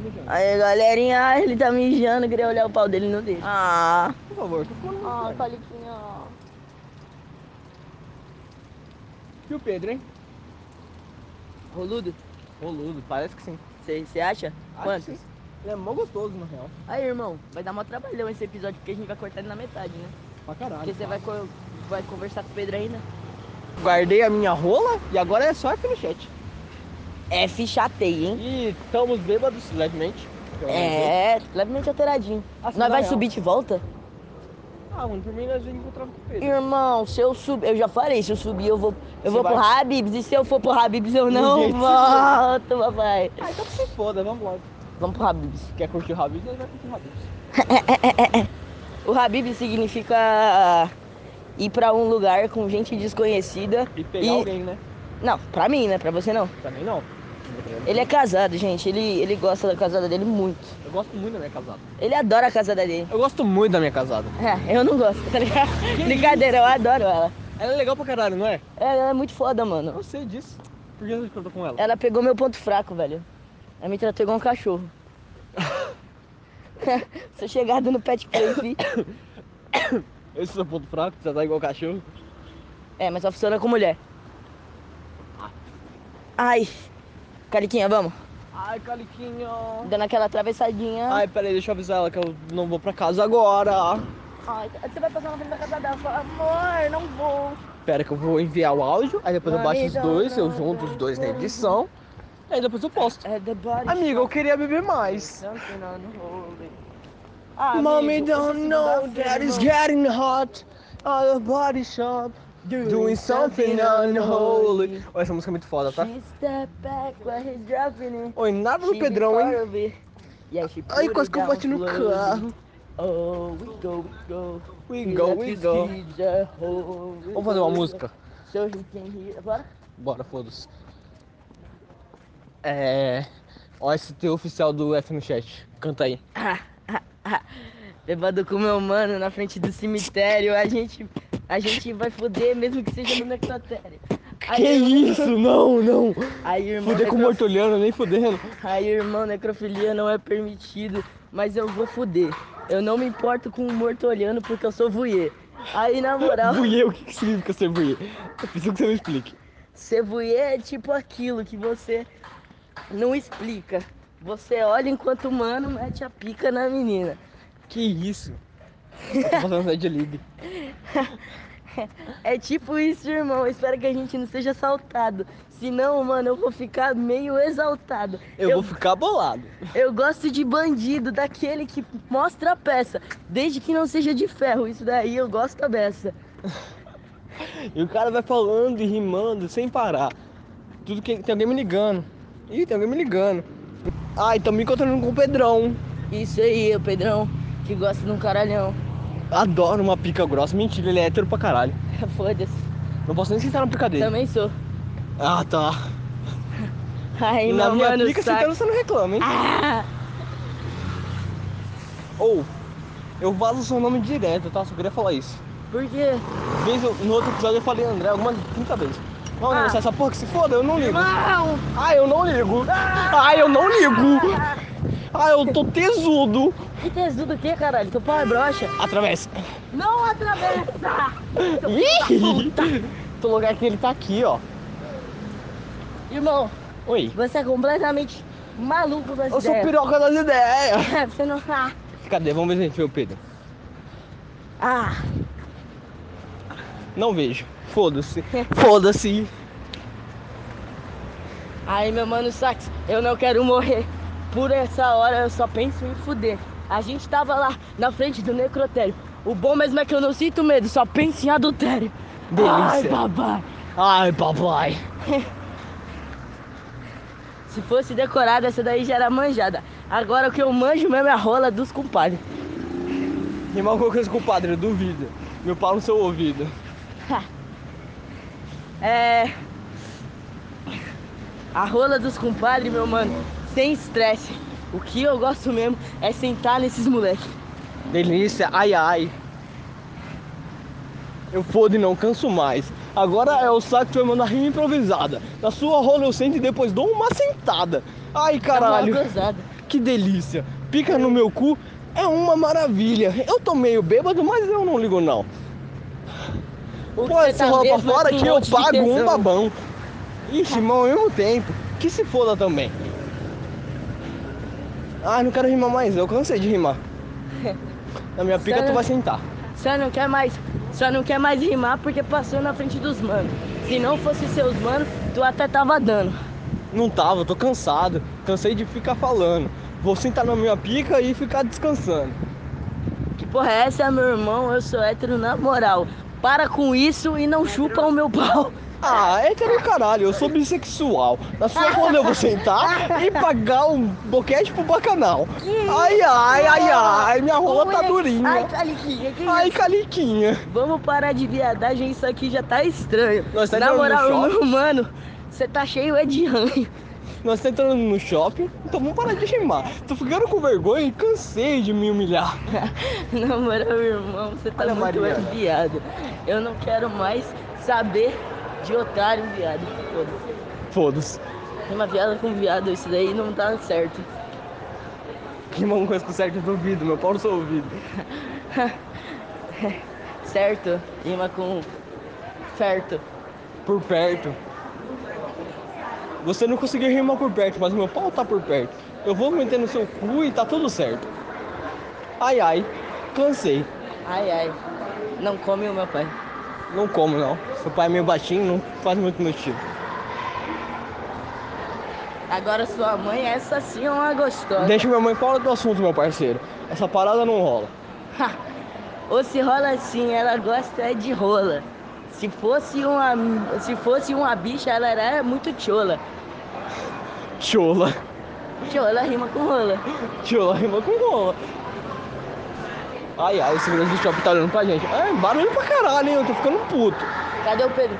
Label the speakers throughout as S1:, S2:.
S1: mijando.
S2: Aí, galerinha, ah, ele tá mijando, queria olhar o pau dele não deixa. Ah,
S1: Por favor, tô ficando
S2: ah,
S1: muito sério.
S2: coliquinha, ó.
S1: E o Pedro, hein?
S2: Roludo,
S1: Roludo, parece que sim.
S2: você acha?
S1: Acho
S2: Quantos?
S1: que sim. Ele é mó gostoso, na real.
S2: Aí, irmão, vai dar mó trabalhão esse episódio, porque a gente vai cortar ele na metade, né?
S1: Pra caralho.
S2: Porque você
S1: tá?
S2: vai, co- vai conversar com o Pedro ainda.
S1: Guardei a minha rola e agora é só F no chat.
S2: F chatei, É hein?
S1: E estamos bêbados, levemente. pelo menos
S2: É, levemente alteradinho.
S1: Assim, na
S2: Nós vai
S1: real.
S2: subir de volta?
S1: eu. Ah, mano, por mim nós encontramos com o Pedro.
S2: Irmão, se eu subir, eu já falei, se eu subir eu vou,
S1: Você
S2: eu vou pro
S1: vai-
S2: Habibs, e se eu for pro Habibs eu não
S1: jeito.
S2: volto, papai.
S1: Ah, então que se foda, vamos lá.
S2: Vamos pro Habibs.
S1: Quer curtir o Rabibs? Nós vamos curtir o Rabibs.
S2: O Habibs significa ir pra um lugar com gente desconhecida.
S1: E pegar
S2: E-
S1: alguém, né?
S2: Não, pra mim, né? Pra você não.
S1: Também não.
S2: Ele é casado, gente. Ele, ele gosta da casada dele muito.
S1: Eu gosto muito da minha casada.
S2: Ele adora a casada dele.
S1: Eu gosto muito da minha casada.
S2: É, eu não gosto, tá ligado? Brincadeira, eu adoro ela.
S1: Ela é legal pra caralho, não é?
S2: É, Ela é muito foda, mano.
S1: Eu sei disso. Por que você ficou com ela?
S2: Ela pegou meu ponto fraco, velho. Ela me tratou igual um cachorro. Sou chegado no pet play, fi.
S1: Esse é seu ponto fraco, você tá igual cachorro.
S2: É, mas só funciona com mulher. Ai. Cariquinha, vamos.
S1: Ai, Caliquinho.
S2: Dando aquela atravessadinha.
S1: Ah. Ai, peraí, deixa eu avisar ela que eu não vou pra casa agora.
S2: Ai, você vai passar na frente da casa dela. Fala, amor, não vou.
S1: Pera que eu vou enviar o áudio, aí depois eu baixo os dois, eu junto os dois na edição, aí depois eu posto.
S2: É the body.
S1: Amiga, eu queria beber mais.
S2: Something unholy. Ah,
S1: Mommy
S2: amigo,
S1: don't
S2: você
S1: know
S2: dá
S1: that
S2: fé,
S1: it's
S2: irmão.
S1: getting hot out of body shop. Doing something unholy. Olha, essa música é muito foda, tá?
S2: She step back while he's dropping it.
S1: Oi, nada do
S2: She
S1: Pedrão,
S2: be
S1: hein?
S2: part of it. Yeah, she
S1: Ai,
S2: put
S1: quase
S2: it
S1: que eu
S2: down
S1: bati no
S2: slowly.
S1: carro.
S2: Oh, we go, we go.
S1: We go, we go. Vamos fazer uma música?
S2: So he can hear. Bora?
S1: Bora, foda-se. É. OST oficial do FM Chat. Canta aí.
S2: Levado com meu mano na frente do cemitério, a gente, a gente vai foder mesmo que seja no necrotério.
S1: Que isso? Não, não.
S2: Aí, irmão,
S1: Fuder com o
S2: necro-
S1: mortolhano, nem fudendo.
S2: Aí, irmão, necrofilia não é permitido, mas eu vou foder. Eu não me importo com o morto olhando porque eu sou voyeur. Aí, na moral,
S1: Buiê, o que, que significa ser buiê? Eu preciso que você me explique.
S2: ser voyeur é tipo aquilo que você não explica. Você olha enquanto o mano mete a pica na menina.
S1: Que isso? Eu tô fazendo Zed League.
S2: É tipo isso, irmão. Espero que a gente não seja assaltado. Senão, mano, eu vou ficar meio exaltado.
S1: Eu, vou ficar bolado.
S2: eu gosto de bandido, daquele que mostra a peça. Desde que não seja de ferro. Isso daí eu gosto da beça.
S1: E o cara vai falando e rimando sem parar. Tudo que. Tem alguém me ligando. Ih, tem alguém me ligando. Ai, tamo me encontrando com o Pedrão.
S2: Isso aí, o Pedrão, que gosta de um caralhão.
S1: Adoro uma pica grossa. Mentira, ele é hétero pra caralho.
S2: Foda-se.
S1: Não posso nem sentar na pica dele.
S2: Também sou.
S1: Ah, tá.
S2: Ai,
S1: E na
S2: meu
S1: minha
S2: mano,
S1: pica
S2: saca.
S1: sentando você não reclama, hein?
S2: Ah!
S1: Ou, eu vazo o seu nome direto, tá? Só queria falar isso.
S2: Por quê?
S1: Vez eu- no outro episódio eu falei André algumas 30 vezes. Não,
S2: Ah.
S1: não, se essa porra que se foda, eu não ligo.
S2: Irmão!
S1: Ah, eu não ligo. Ah, eu não ligo. Ah, eu tô tesudo.
S2: Que tesudo o quê, caralho? Teu pau é broxa.
S1: Atravessa.
S2: Não atravessa!
S1: Ih! Tô lugar que ele tá aqui, ó.
S2: Irmão,
S1: Oi.
S2: Você é completamente maluco das
S1: Eu sou
S2: ideias.
S1: piroca das ideias.
S2: É, você não tá.
S1: Cadê? Vamos ver se a gente vê o Pedro.
S2: Ah,
S1: Não vejo. Foda-se. Foda-se.
S2: aí meu mano Sax, eu não quero morrer. Por essa hora eu só penso em fuder. A gente tava lá na frente do necrotério. O bom mesmo é que eu não sinto medo, só penso em adultério.
S1: Delícia.
S2: Ai, papai.
S1: Ai, papai.
S2: Se fosse decorada, essa daí já era manjada. Agora o que eu manjo mesmo é a rola dos compadres.
S1: Rimar alguma coisa com o padre, eu duvido. Meu pau no seu ouvido.
S2: É. A rola dos compadres, meu mano, sem estresse. O que eu gosto mesmo é sentar nesses moleques.
S1: Delícia, ai ai. Eu foda e não canso mais. Agora é o saco que vai mandar rima improvisada. Na sua rola eu sento e depois dou uma sentada. Ai
S2: Tá mal
S1: caralho.
S2: gozado.
S1: que delícia. Pica no meu cu é uma maravilha. Eu tô meio bêbado, mas eu não ligo não.
S2: O que
S1: Pode
S2: você
S1: se rolar pra
S2: mesmo é
S1: fora
S2: com um
S1: que eu
S2: monte de
S1: pago um
S2: tesão.
S1: babão. Ixi, irmão, ao mesmo tempo. Que se foda também. Ah, não quero rimar mais, eu cansei de rimar. Na minha pica tu
S2: Sério?
S1: vai sentar.
S2: Só não quer mais, só não quer mais rimar porque passou na frente dos manos. Se não fosse seus manos, tu até tava dando.
S1: Não tava, eu tô cansado. Cansei de ficar falando. Vou sentar na minha pica e ficar descansando.
S2: Que porra é essa, meu irmão? Eu sou hétero na moral. Para com isso e não chupa o meu pau.
S1: Ah, é que era o caralho, eu sou bissexual. Na sua quando eu vou sentar e pagar um boquete pro bacanal. Ai, ai, ai, ai, minha rola tá
S2: Olha- é Ai,
S1: durinha.
S2: Caliquinha, que
S1: Ai,
S2: isso?
S1: caliquinha.
S2: Vamos parar de viadagem, isso aqui já tá estranho.
S1: Nós tá
S2: na
S1: entrando no
S2: moral,
S1: shopping?
S2: meu mano, você tá cheio é de ranho.
S1: Nós tá entrando no shopping, então vamos parar de rimar. Tô ficando com vergonha e cansei de me humilhar.
S2: Na moral, meu irmão, você tá
S1: Olha a
S2: muito
S1: Mariana.
S2: viado. Eu não quero mais saber de otário, viado. Foda-se.
S1: Foda-se.
S2: Uma viada com viado, isso daí não tá certo.
S1: Rima uma coisa com certo do ouvido, meu pau no seu ouvido.
S2: Certo? Rima com certo.
S1: Por perto. Você não conseguiu rimar por perto, mas meu pau tá por perto. Eu vou meter no seu cu e tá tudo certo. Ai, ai, cansei.
S2: Ai, ai. Não come o meu pai.
S1: Não como não. Seu pai é meio baixinho, não faz muito meu estilo.
S2: Agora sua mãe, essa sim é uma gostosa.
S1: Deixa minha mãe fora do assunto, meu parceiro. Essa parada não rola.
S2: Ha! Ou se rola assim, ela gosta é de rola. Se fosse uma, se fosse uma bicha, ela era muito chola.
S1: Chola.
S2: Chola rima com rola.
S1: Chola rima com rola. Ai, ai, o segurança do shopping tá olhando pra gente. Ai, barulho pra caralho, hein? Eu tô ficando puto.
S2: Cadê o Pedro?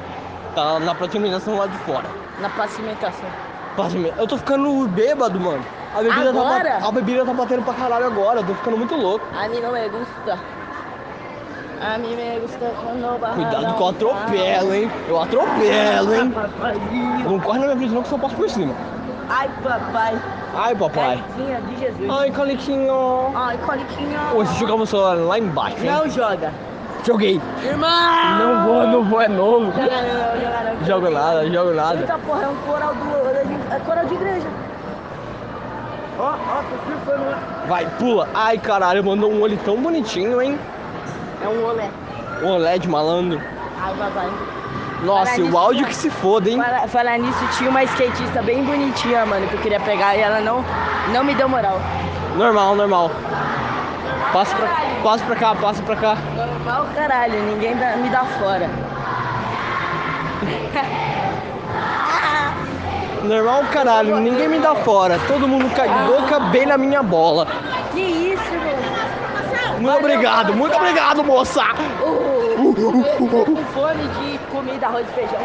S1: Tá na pratimização lá de fora.
S2: Na pacimentação.
S1: Quase me- Eu tô ficando bêbado, mano. A bebida, Tá,
S2: Agora?
S1: ba- a bebida tá batendo pra caralho agora. Eu tô ficando muito louco.
S2: A mim não me gusta. A mim me gusta quando um barra
S1: Cuidado
S2: não
S1: que eu
S2: dá.
S1: atropelo, hein? Eu atropelo, hein?
S2: Ah, Papaizinho.
S1: Não corre na minha frente, não, que eu só passo por cima.
S2: Ai, papai.
S1: Ai, papai.
S2: Cariquinha de Jesus.
S1: Ai, Caliquinho.
S2: Ai, coliquinha.
S1: Ô, você jogava o celular lá embaixo, hein?
S2: Não joga.
S1: Joguei.
S2: Irmão!
S1: Não vou, não vou, é novo.
S2: Joga não, joga não.
S1: Jogo nada, jogo nada.
S2: Eita porra, é um coral do. É coral de igreja. Ó, ó, tô surfando lá.
S1: Vai, pula. Ai, caralho, mandou um olho tão bonitinho, hein?
S2: É um olé.
S1: O OLED malandro.
S2: Ai, papai.
S1: Nossa, e o áudio que se foda, hein?
S2: Fala- falar nisso, tinha uma skatista bem bonitinha, mano, que eu queria pegar e ela não, não me deu moral.
S1: Normal, normal. Passa pra, passa pra cá, passa pra cá.
S2: Normal, caralho, ninguém dá- me dá fora.
S1: Normal, caralho, ninguém me dá fora. Todo mundo cai
S2: Ah.
S1: de boca bem na minha bola.
S2: Que isso, mano?
S1: Muito obrigado, muito obrigado, moça.
S2: Eu tô com fome de comida, arroz e feijão.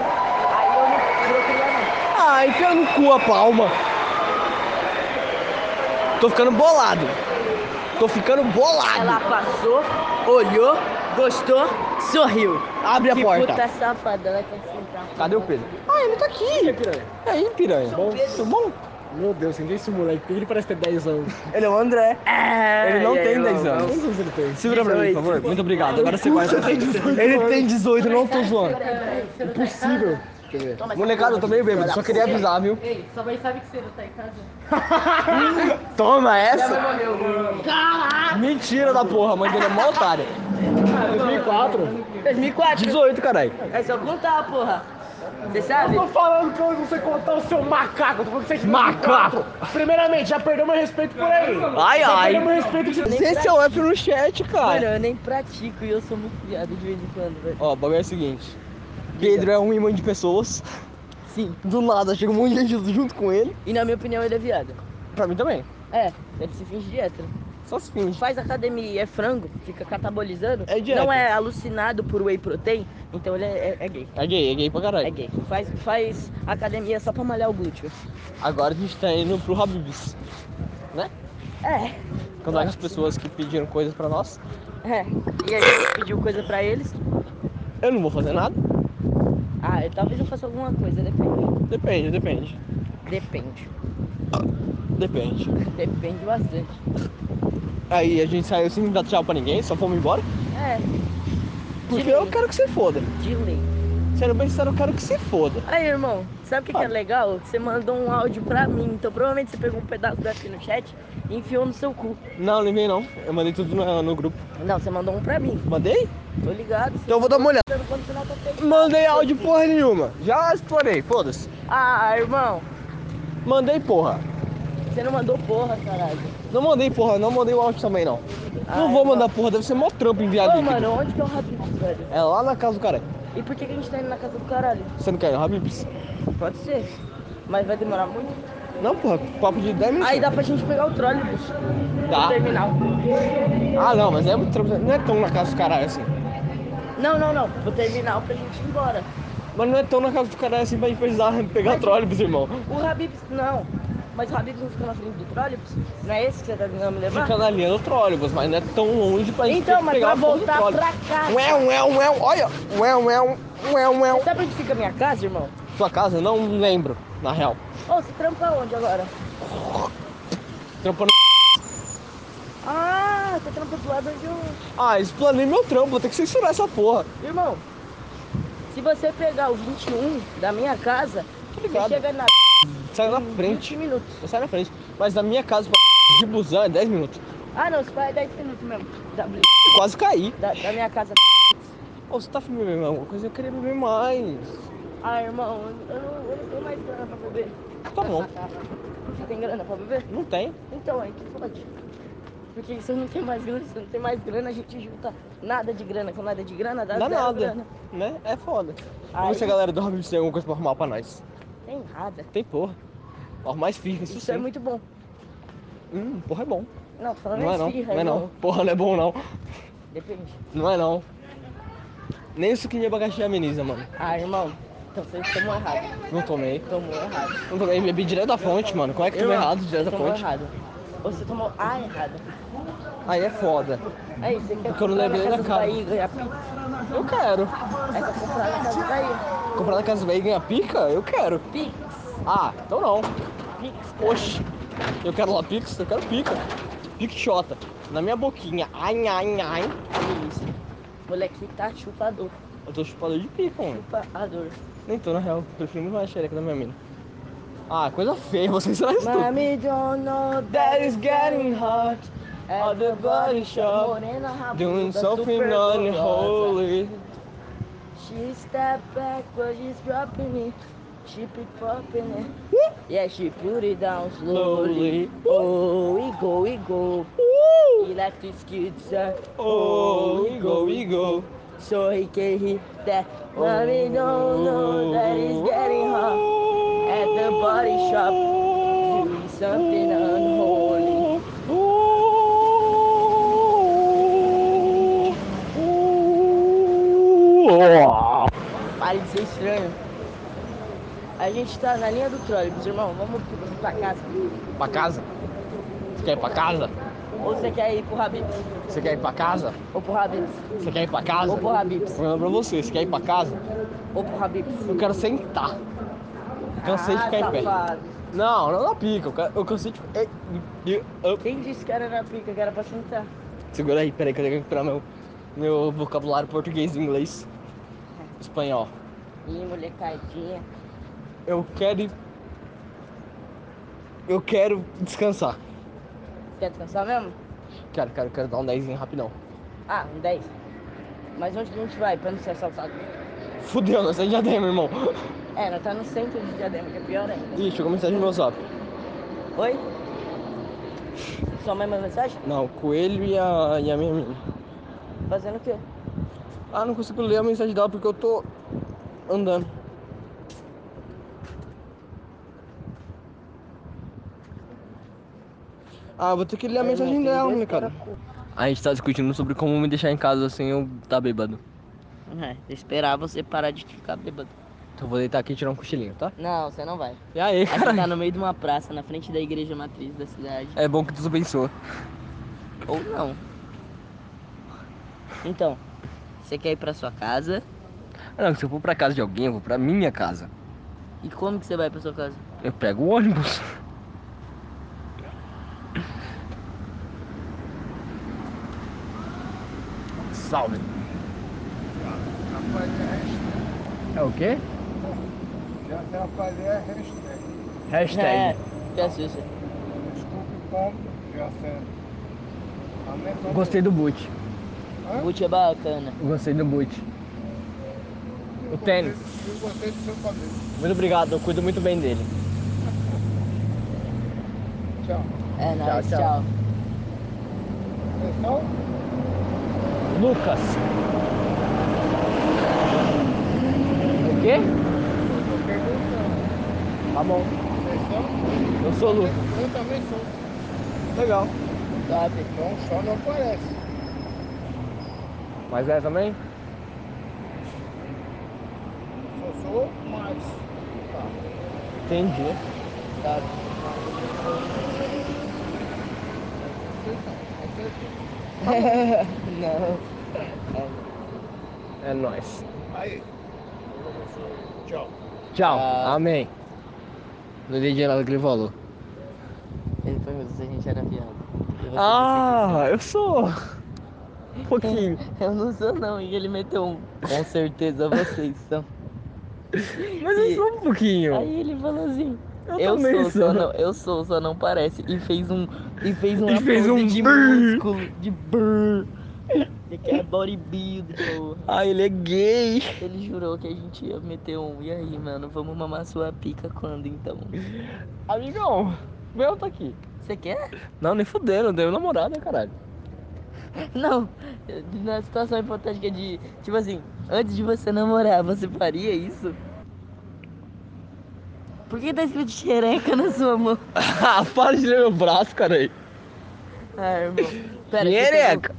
S2: Aí eu não, eu não queria não.
S1: Ah, enfia no cu a palma. Tô ficando bolado. Tô ficando
S2: Ela
S1: bolado.
S2: passou, olhou, gostou, sorriu.
S1: Abre a
S2: que
S1: porta.
S2: puta safada, ela quer sentar.
S1: Cadê o Pedro? Ah, ele tá aqui. E aí, piranha?
S2: Sou o Pedro.
S1: Tudo bom?
S3: Meu Deus, quem que é esse moleque? Por que ele parece ter 10 anos?
S1: Ele é o André.
S2: É,
S1: Ele não
S2: é,
S1: tem
S2: eu-
S1: 10 anos.
S3: Quantos anos ele tem?
S1: Segura pra mim, por favor. Muito obrigado. Agora você vai. Ele tem 18, não tô zoando.
S3: Impossível. Quer ver?
S1: Molecada, eu tô meio bêbado. Só queria avisar, viu?
S4: Ei, sua mãe sabe que você não tá em casa?
S1: Toma essa. Mentira da porra, a mãe dele é mó otária.
S3: 2004?
S2: 2004.
S1: 18, caralho.
S2: É só contar, porra. Você sabe?
S3: Tô falando pra você contar o seu macaco. Tô falando que você é de
S1: Macaco.
S3: 2004. Primeiramente, já perdeu meu respeito por ele.
S1: Ai,
S3: Já
S1: ai.
S3: perdeu meu respeito de...
S1: Esse é o F no chat,
S2: Mano,
S1: cara.
S2: eu nem pratico e eu sou muito viado de vez em quando, velho.
S1: Ó, o bagulho é o seguinte. Pedro é um imã de pessoas.
S2: Sim.
S1: Do nada, chega um monte de gente junto com ele.
S2: E na minha opinião ele é viado.
S1: Pra mim também.
S2: É, ele se finge de hétero.
S1: Só se finge.
S2: Faz academia e é frango, fica catabolizando.
S1: É de hétero.
S2: não é alucinado por whey protein, então ele é, é- é gay.
S1: É gay, é gay pra caralho.
S2: É gay. Faz, faz academia só pra malhar o glúteo.
S1: Agora a gente tá indo pro Habibs.
S2: É.
S1: Contar com as pessoas que pediram coisas pra nós.
S2: É, e a gente pediu coisa pra eles.
S1: Eu não vou fazer nada.
S2: Ah, eu- talvez eu faça alguma coisa, depende.
S1: Depende, depende.
S2: Depende.
S1: Depende.
S2: Depende bastante.
S1: Aí a gente saiu sem dar tchau pra ninguém, só fomos embora.
S2: É,
S1: Porque
S2: Sim.
S1: eu quero que você foda.
S2: de lei.
S1: Sendo bem sincero, eu quero que você foda.
S2: Aí, irmão, sabe o que, que é
S1: Fala.
S2: legal? Você mandou um áudio pra mim, então provavelmente você pegou um pedaço daqui no chat e enfiou no seu cu.
S1: Não, lembrei não. Eu mandei tudo no, no grupo.
S2: Não, você mandou um pra mim.
S1: Mandei?
S2: Tô ligado.
S1: Então eu vou dar uma olhada.
S2: Quando você não tá pegando.
S1: Mandei áudio porra nenhuma. Já explorei, foda-se.
S2: Ah, irmão,
S1: Mandei porra.
S2: você não mandou porra, caralho.
S1: Não mandei porra, não mandei o áudio também não.
S2: Ah,
S1: não vou
S2: então.
S1: mandar porra, deve ser mó trampo enviar
S2: Ô,
S1: líquido.
S2: mano, onde que é o Habibs, velho?
S1: É lá na casa do cara.
S2: E por que, que a gente tá indo na casa do caralho?
S1: Você não quer ir, Habibs?
S2: Pode ser. Mas vai demorar muito.
S1: Não, porra, papo de 10 minutos.
S2: Aí dá pra gente pegar o trólebus no
S1: Tá.
S2: terminal.
S1: Ah, não, mas é muito trampo. Não é tão na casa do caralho assim.
S2: Não, não, não. Pro terminal pra gente ir embora.
S1: Mas não é tão na casa do caralho assim pra gente precisar pegar
S2: Mas-
S1: trólebus, irmão.
S2: O Habibs, não. Mas o Habibs não fica na frente do trólebus? Não é esse que você tá tentando me levar?
S1: Fica na linha do trólebus, mas não é tão longe pra gente
S2: Então,
S1: ter que
S2: mas
S1: pegar
S2: pra
S1: a porra do
S2: voltar
S1: trólebus. Um é,
S2: pra cá.
S1: Ué, ué, ué, olha. um é, Ué, ué, ué, ué.
S2: Sabe onde fica a minha casa, irmão?
S1: um é, Sua casa? Não lembro, na real.
S2: Ô, você trampa onde agora?
S1: Trampando.
S2: Ah, você trampa do lado onde eu...
S1: Ah, explanei meu trampo, vou ter que censurar essa porra.
S2: Irmão, se você pegar o 21 da minha casa, você
S1: ligado.
S2: chega na...
S1: Sai na
S2: em
S1: frente.
S2: 20 Hum, minutos.
S1: Sai na frente. Mas da minha casa pra de busão é 10 minutos.
S2: Ah, não, se vai 10 minutos mesmo. Da,
S1: Quase caí.
S2: da, da minha casa.
S1: Ô, você tá filmando mesmo alguma coisa? Eu queria beber mais.
S2: Ah, irmão, eu não, eu não tenho mais grana pra beber.
S1: Tá bom.
S2: Você tem grana pra beber?
S1: Não tem.
S2: Então, aí que pode. Porque se eu não tenho mais grana, se eu não tenho mais grana, a gente junta nada de grana com nada de grana, dá,
S1: Dá
S2: Tá zero
S1: nada.
S2: grana.
S1: Né? É foda. Vamos
S2: Aí-
S1: ver se a galera do Hobbit tem alguma coisa pra arrumar pra nós.
S2: Tem nada.
S1: Tem porra. Arrumar esfirra, isso,
S2: Isso
S1: sim.
S2: é muito bom.
S1: Hum, porra é bom.
S2: Não, tô falando
S1: Não é não.
S2: esfirra,
S1: Não é
S2: irmão.
S1: não. Porra não é bom não.
S2: Depende.
S1: Não é não. Nem o suquinho de abacaxi ameniza, mano.
S2: Ah, irmão, então vocês tomou errado.
S1: Não tomei.
S2: Tomou errado.
S1: Não tomei. Bebi direto da fonte, mano. Como é que tomei
S2: Irmão,
S1: errado direto da
S2: tomou
S1: fonte?
S2: errado. Ou você tomou a errada.
S1: Aí é foda.
S2: Aí, você quer
S1: Porque É eu não
S2: comprar na
S1: levei na
S2: casa do
S1: cara.
S2: Bahia e ganhar pizza?
S1: Eu quero.
S2: Aí você comprar na casa do Bahia.
S1: Comprar na Casa Bahia e ganhar pica? Eu quero.
S2: Pix,
S1: Ah, então não.
S2: pix, cara.
S1: Oxi. Eu quero lá pix, eu quero pica. Piquechota. Na minha boquinha. Ai, ai, ai.
S2: Olha isso. Moleque tá chupador.
S1: Eu tô chupado de pica, mano.
S2: Chupador.
S1: Nem tô, na real. Prefiro muito mais xereca da minha mina. Ah, coisa feia. Vocês são isso tudo.
S2: Mami, don't know
S1: That is getting hot.
S2: at the body shop. Morena rabuda,
S1: Doing something
S2: super gostosa.
S1: unholy.
S2: She step back, but she's dropping it. She be popping it. Yeah, she put it down slowly.
S1: Slowly.
S2: Oh, we go, we go. He like to skits.
S1: Oh, we go, we go.
S2: So he can hit that. Mommy don't know that is getting hot. At the body shop. Doing something unholy. Pare de ser estranho. A gente tá na linha do trólebus, irmão. Vamos pro- pra casa.
S1: Pra casa? Você quer ir pra casa?
S2: Ou você quer ir pro Habibs?
S1: Você quer ir pra casa?
S2: Ou pro Habibs?
S1: Você quer ir pra casa?
S2: Ou pro Habibs?
S1: Vou falar pra você, você quer ir pra casa?
S2: Ou pro Habibs?
S1: Eu quero sentar. Eu cansei de
S2: Ah,
S1: ficar em pé.
S2: safado.
S1: Não, não na pica, eu ca- eu cansei de. Ei, eu- eu-
S2: Quem disse que era na pica, que era pra sentar?
S1: Segura aí, peraí que eu tenho que recuperar meu, meu vocabulário português e inglês. Espanhol.
S2: Ih, molecadinha.
S1: Eu quero. ir- Eu quero descansar.
S2: Quer descansar mesmo?
S1: Quero, quero, quero dar um 10 rapidão.
S2: Ah, um 10. Mas onde que a gente vai pra não ser assaltado?
S1: Fudeu, nós saímos já demos, irmão.
S2: É, nós tá no centro de Diadema, que é pior ainda.
S1: Ih, chegou mensagem no meu zap.
S2: Oi? Sua mãe mandou mensagem?
S1: Não, o coelho e a, e a minha menina.
S2: Fazendo o quê?
S1: Ah, não consigo ler a mensagem dela porque eu tô andando. Ah, vou ter que ler a mensagem dela, né, cara? A gente tá discutindo sobre como me deixar em casa sem eu tá bêbado.
S2: É, esperar você parar de ficar bêbado.
S1: Então eu vou deitar aqui e tirar um cochilinho, tá?
S2: Não, você não vai.
S1: E aí,
S2: A gente
S1: cara?
S2: tá no meio de uma praça, na frente da igreja matriz da cidade.
S1: É bom que Deus abençoa.
S2: Ou não. Então, você quer ir pra sua casa?
S1: Ah, Não, se eu for pra casa de alguém, eu vou pra minha casa.
S2: E como que você vai pra sua casa?
S1: Eu pego o ônibus.
S3: salve.
S5: Atrapalhar é hashtag.
S3: É o quê?
S5: Já atrapalhar é hashtag.
S2: É,
S3: Hashtag.
S2: que assusta.
S5: Desculpe o pano, já Então, serve. Aumenta-
S3: Gostei do boot.
S2: Boot é bacana.
S3: Gostei do boot.
S5: Eu
S3: o
S5: gostei-
S3: tênis.
S5: Eu gostei do seu cabelo.
S1: Muito obrigado, eu cuido muito bem dele.
S5: Tchau.
S2: É nóis,
S3: tchau.
S2: tchau.
S5: Pessoal,
S1: Lucas.
S3: O quê?
S5: eu tô perguntando.
S1: Tá bom.
S5: Vocês são?
S1: Eu sou o Lucas.
S5: Eu também sou.
S1: Legal.
S2: Top.
S5: Então só não aparece.
S1: Mas é também?
S5: Só sou mais. Tá.
S1: Entendi.
S2: Top.
S5: Vocês são. Vocês são.
S2: Não.
S1: É nóis.
S5: Aí. Tchau.
S1: Tchau.
S2: Ah.
S1: Amém. No dia de ela que ele falou.
S2: Ele perguntou se a gente era viado. E você
S1: Ah, eu sou. Um pouquinho.
S2: disse que- Eu não sou não, e ele meteu um. Com certeza vocês são.
S1: Mas eu sou um pouquinho.
S2: Aí ele falou assim.
S1: Eu,
S2: Eu,
S1: também
S2: sou, só não, eu sou, só não parece. E fez um. E fez um
S1: E fez
S2: aplauso
S1: um
S2: de
S1: brrr.
S2: músculo. De brrr. Ele quer bodybuild, porra.
S1: Ah, ele é gay.
S2: Ele jurou que a gente ia meter um. E aí, mano, vamos mamar sua pica quando então?
S1: Amigão, meu tá aqui.
S2: Você quer?
S1: Não, nem fudendo, deu namorada, caralho.
S2: Não. Na situação hipotética de. Tipo assim, antes de você namorar, você faria isso? Por que tá escrito xereca na sua mão?
S1: Ah, para de ler meu braço, caralho.
S2: Ah, irmão. Pera, aqui tem
S1: Xereca.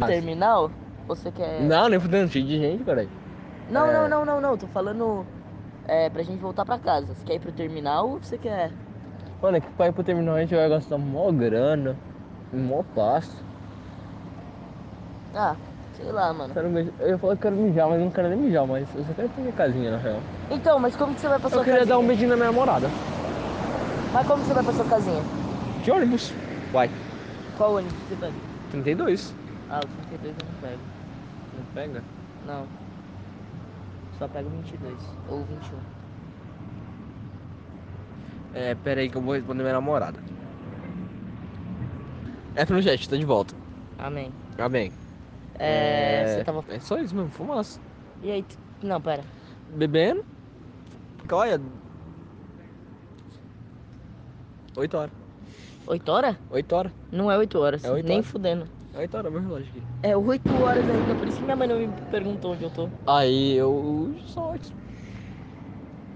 S2: um terminal? Ou Você quer.
S1: Não, nem fudendo, cheio de gente, caralho.
S2: Não,
S1: É.
S2: não, não, não, não. Tô falando é, pra gente voltar pra casa. Você quer ir pro terminal ou você quer.
S1: Mano, é que pra ir pro terminal a gente vai gastar mó grana, mó passo.
S2: Ah, sei lá, mano.
S1: Quero mijar- Eu falo que quero mijar, mas eu não quero nem mijar, mas eu só quero ir pra minha casinha, na real.
S2: Então, mas como que você vai pra sua
S1: Eu queria
S2: casinha?
S1: dar um beijinho na minha namorada.
S2: Mas como você vai pra sua casinha?
S1: De ônibus. Vai.
S2: Qual ônibus você pega?
S1: 32.
S2: Ah, o 32 eu não pego.
S1: Não pega?
S2: Não. Só pego o 22 ou um. o 21.
S1: É, pera aí que eu vou responder minha namorada. É pelo chat, tá de volta.
S2: Amém.
S1: Tá bem.
S2: É, Você tava.
S1: É só isso mesmo, fumaça.
S2: E aí? tu- Não, pera.
S1: Bebendo. Olha. 8 horas.
S2: 8 horas?
S1: 8 horas.
S2: Não é 8 horas.
S1: É oito
S2: nem
S1: horas.
S2: fudendo.
S1: É 8 horas, meu relógio aqui.
S2: É 8 horas ainda, por isso que minha mãe não me perguntou onde eu tô.
S1: Aí eu só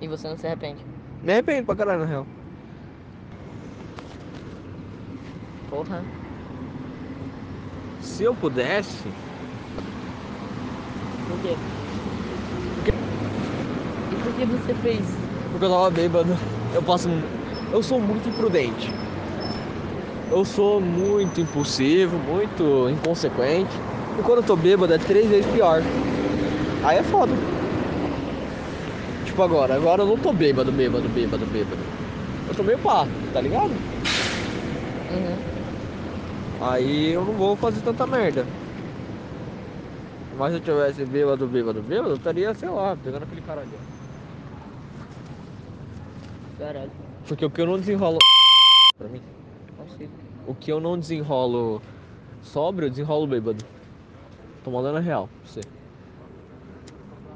S2: E você não se arrepende.
S1: Me arrependo pra caralho, na real.
S2: Porra.
S1: Se eu pudesse.
S2: Por quê? E por que você fez?
S1: Porque eu tava bêbado. Eu passo. Eu sou muito imprudente. Eu sou muito impulsivo, muito inconsequente. E quando eu tô bêbado é três vezes pior. Aí é foda. Tipo agora, agora eu não tô bêbado, bêbado, bêbado, bêbado. Eu tô meio pá, tá ligado?
S2: Uhum.
S1: Aí eu não vou fazer tanta merda. Mas se eu tivesse bêbado, bêbado, bêbado, eu estaria, sei lá, pegando aquele cara ali. ó.
S2: Caralho.
S1: Porque o que eu não desenrolo. é Pra mim.
S2: Não sei.
S1: O que eu não desenrolo sóbrio, eu desenrolo bêbado. Tô mandando a real pra você.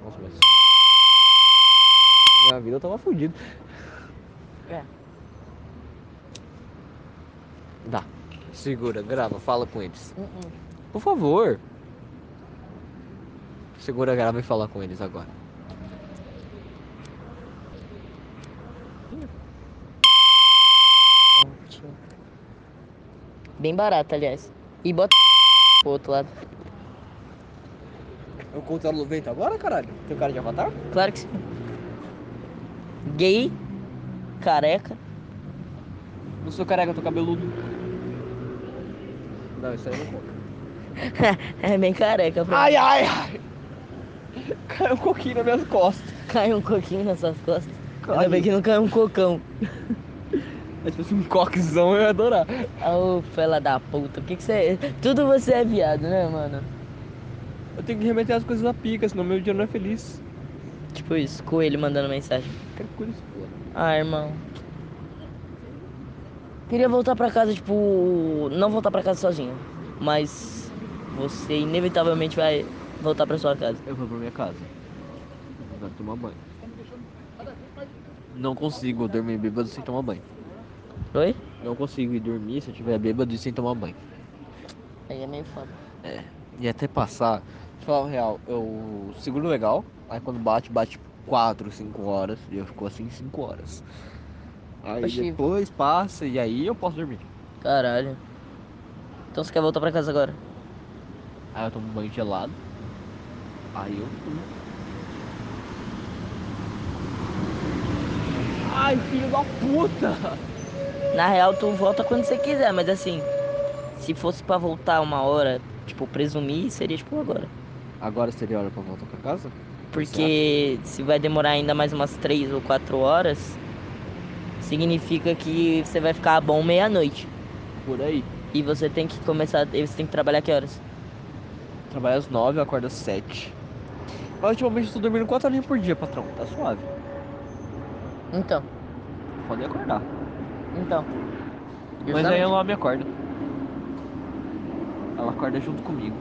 S1: Nossa, mas. Minha vida eu tava fudido.
S2: É.
S1: Dá. Tá, Segura, grava, fala com eles.
S2: Uh -uh.
S1: Por favor. Segura, grava e fala com eles agora.
S2: Baratinho. Bem barato, aliás. E bota pro outro lado.
S1: Eu conto o vento agora, caralho? Tem cara de avatar?
S2: Claro que sim. Gay, careca.
S1: Não sou careca, eu tô cabeludo. Não, isso aí eu não conto.
S2: é bem careca. Pra
S1: Ai, ai, ai. Caiu um coquinho nas minhas costas.
S2: Cai um coquinho nas suas costas.
S1: Cai.
S2: Ainda bem que não caiu um cocão.
S1: Mas se fosse um coquezão, eu ia adorar.
S2: Ah, Ô, fela da puta, o que que você. Tudo você é viado, né, mano?
S1: Eu tenho que remeter as coisas à pica, senão meu dia não é feliz.
S2: Tipo isso, coelho mandando mensagem.
S1: Quero coisa escura.
S2: Ah, irmão. Queria voltar pra casa, tipo. Não voltar pra casa sozinho. Mas você inevitavelmente vai voltar pra sua casa.
S1: Eu vou pra minha casa. Vai tomar banho. Não consigo dormir bêbado sem tomar banho.
S2: Oi?
S1: Não consigo ir dormir se eu tiver bêbado e sem tomar banho.
S2: Aí é meio foda.
S1: E até passar, te falar o real, eu seguro legal, aí quando bate, bate 4, 5 horas, e eu fico assim 5 horas. Aí
S2: Oxi.
S1: depois passa e aí eu posso dormir.
S2: Caralho. Então você quer voltar pra casa agora?
S1: Aí eu tomo banho gelado. Aí eu durmo. Ai, filho da puta!
S2: Na real, tu volta quando você quiser, mas assim, se fosse pra voltar uma hora, tipo, presumir, seria tipo agora.
S1: Agora seria hora pra voltar pra casa?
S2: Porque se vai demorar ainda mais umas três ou quatro horas, significa que você vai ficar bom meia-noite.
S1: Por aí.
S2: E você tem que começar. e Você tem que trabalhar que horas?
S1: Trabalho às 9, eu acordo às 7. Mas ultimamente eu tô dormindo 4 horinhas por dia, patrão. Tá suave.
S2: Então,
S1: Pode acordar.
S2: então.
S1: Mas aí ela me acorda. Ela acorda junto comigo.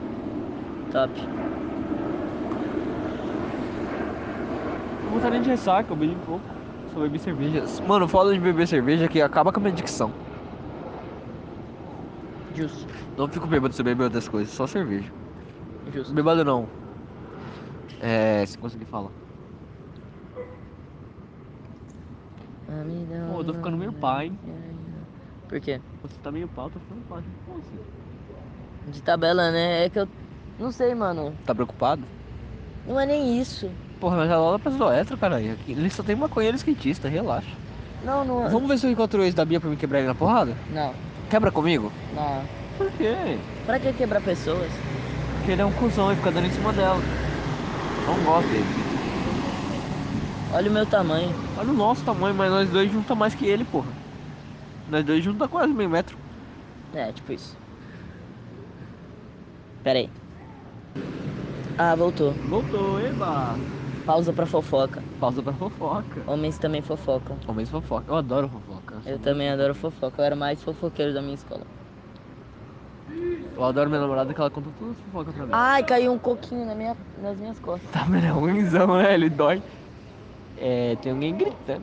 S2: Top.
S1: Eu vou estar nem de ressaca, eu bebi um pouco. Só bebi cerveja. Mano, foda de beber cerveja que acaba com a minha dicção.
S2: Justo,
S1: Não fico bêbado se eu beber outras coisas, só cerveja.
S2: justo.
S1: Bebado não. É, se conseguir falar. Pô, eu tô ficando meio pá, hein?
S2: Por quê?
S1: Você tá meio pau, eu tô ficando pá. Como assim?
S2: De tabela, né? É que eu. Não sei, mano.
S1: Tá preocupado?
S2: Não é nem isso.
S1: Porra, mas ela lá pra Zoetro, caralho. Ele só tem maconheiro e skatista, relaxa.
S2: Não, não é.
S1: Vamos ver se eu encontro o ex da Bia pra me quebrar ele na porrada?
S2: Não,
S1: Quebra comigo?
S2: não.
S1: Por quê?
S2: Pra que quebrar pessoas?
S1: Porque ele é um cuzão e fica dando em cima dela. Não gosto dele.
S2: Olha o meu tamanho.
S1: Olha o nosso tamanho, mas nós dois junta mais que ele, porra. Nós dois junta quase meio metro.
S2: É, tipo isso. Pera aí. Ah, voltou.
S1: Voltou, eba!
S2: Pausa pra fofoca.
S1: Pausa pra fofoca.
S2: Homens também fofocam.
S1: Homens fofoca. Eu adoro fofoca.
S2: Eu também adoro fofoca. Eu era o mais fofoqueiro da minha escola.
S1: Eu adoro minha namorada que ela conta todas as fofocas pra mim.
S2: Ai, caiu um coquinho na minha, nas minhas costas.
S1: Tá, mano, é ruimzão, né? Ele dói. É, tem alguém gritando.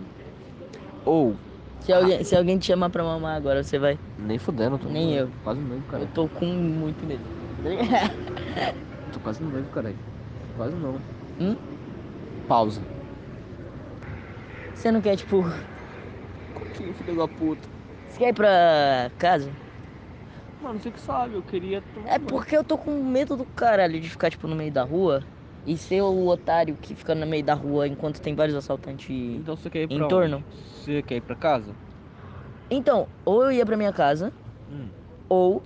S1: Ou,
S2: Se alguém, se alguém te chamar pra mamar agora, você vai.
S1: nem fudendo, tô.
S2: Nem eu.
S1: Quase noivo, cara.
S2: Eu tô com muito medo.
S1: Tô quase noivo, caralho. Quase não.
S2: Hum?
S1: Pausa.
S2: Você não quer, tipo.
S1: Coquinho, filho da puta.
S2: Você quer ir pra casa?
S1: Mano, você que sabe, eu queria tomar
S2: É
S1: banho.
S2: porque eu tô com medo do caralho de ficar, tipo, no meio da rua e ser o otário que fica no meio da rua enquanto tem vários assaltantes
S1: Então você quer ir pra
S2: em torno.
S1: onde? Você quer ir pra casa?
S2: Então, ou eu ia pra minha casa,
S1: Hum.
S2: ou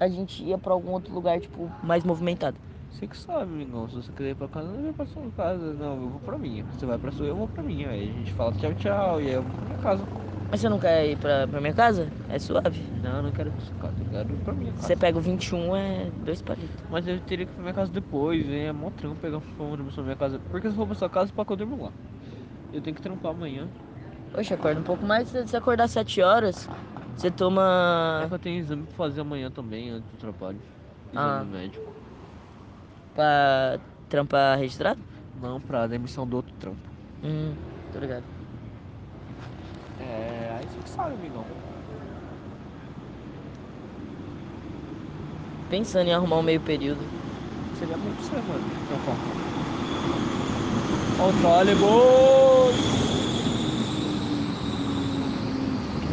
S2: a gente ia pra algum outro lugar, tipo, mais movimentado.
S1: Você que sabe, amigão. Se você quiser ir pra casa, não vai pra sua casa. Não, eu vou pra minha. Você vai pra sua, eu vou pra minha. Aí a gente fala tchau, tchau. E aí eu vou pra minha casa.
S2: Mas você não quer ir pra, pra minha casa? É suave.
S1: Não, eu não quero ir pra sua casa. Eu quero ir pra minha casa.
S2: Você pega o 21, é dois palitos.
S1: Mas eu teria que ir pra minha casa depois. hein? É mó trampo pegar um ônibus pra minha casa. Porque se eu for pra sua casa, pra que eu durmo lá? Eu tenho que trampar amanhã.
S2: Oxe, acorda um pouco mais. Se se acordar sete horas, você
S1: É
S2: toma.
S1: que eu tenho exame pra fazer amanhã também, antes do trabalho. Exame
S2: Ah.
S1: médico.
S2: pra trampar registrado?
S1: Não, pra demissão do outro trampo.
S2: Hum, tô ligado.
S1: É, aí você que sabe, amigão.
S2: Pensando em arrumar um meio período.
S1: Seria muito você, mano. Trampar. né? Então, Ó, o trolebus!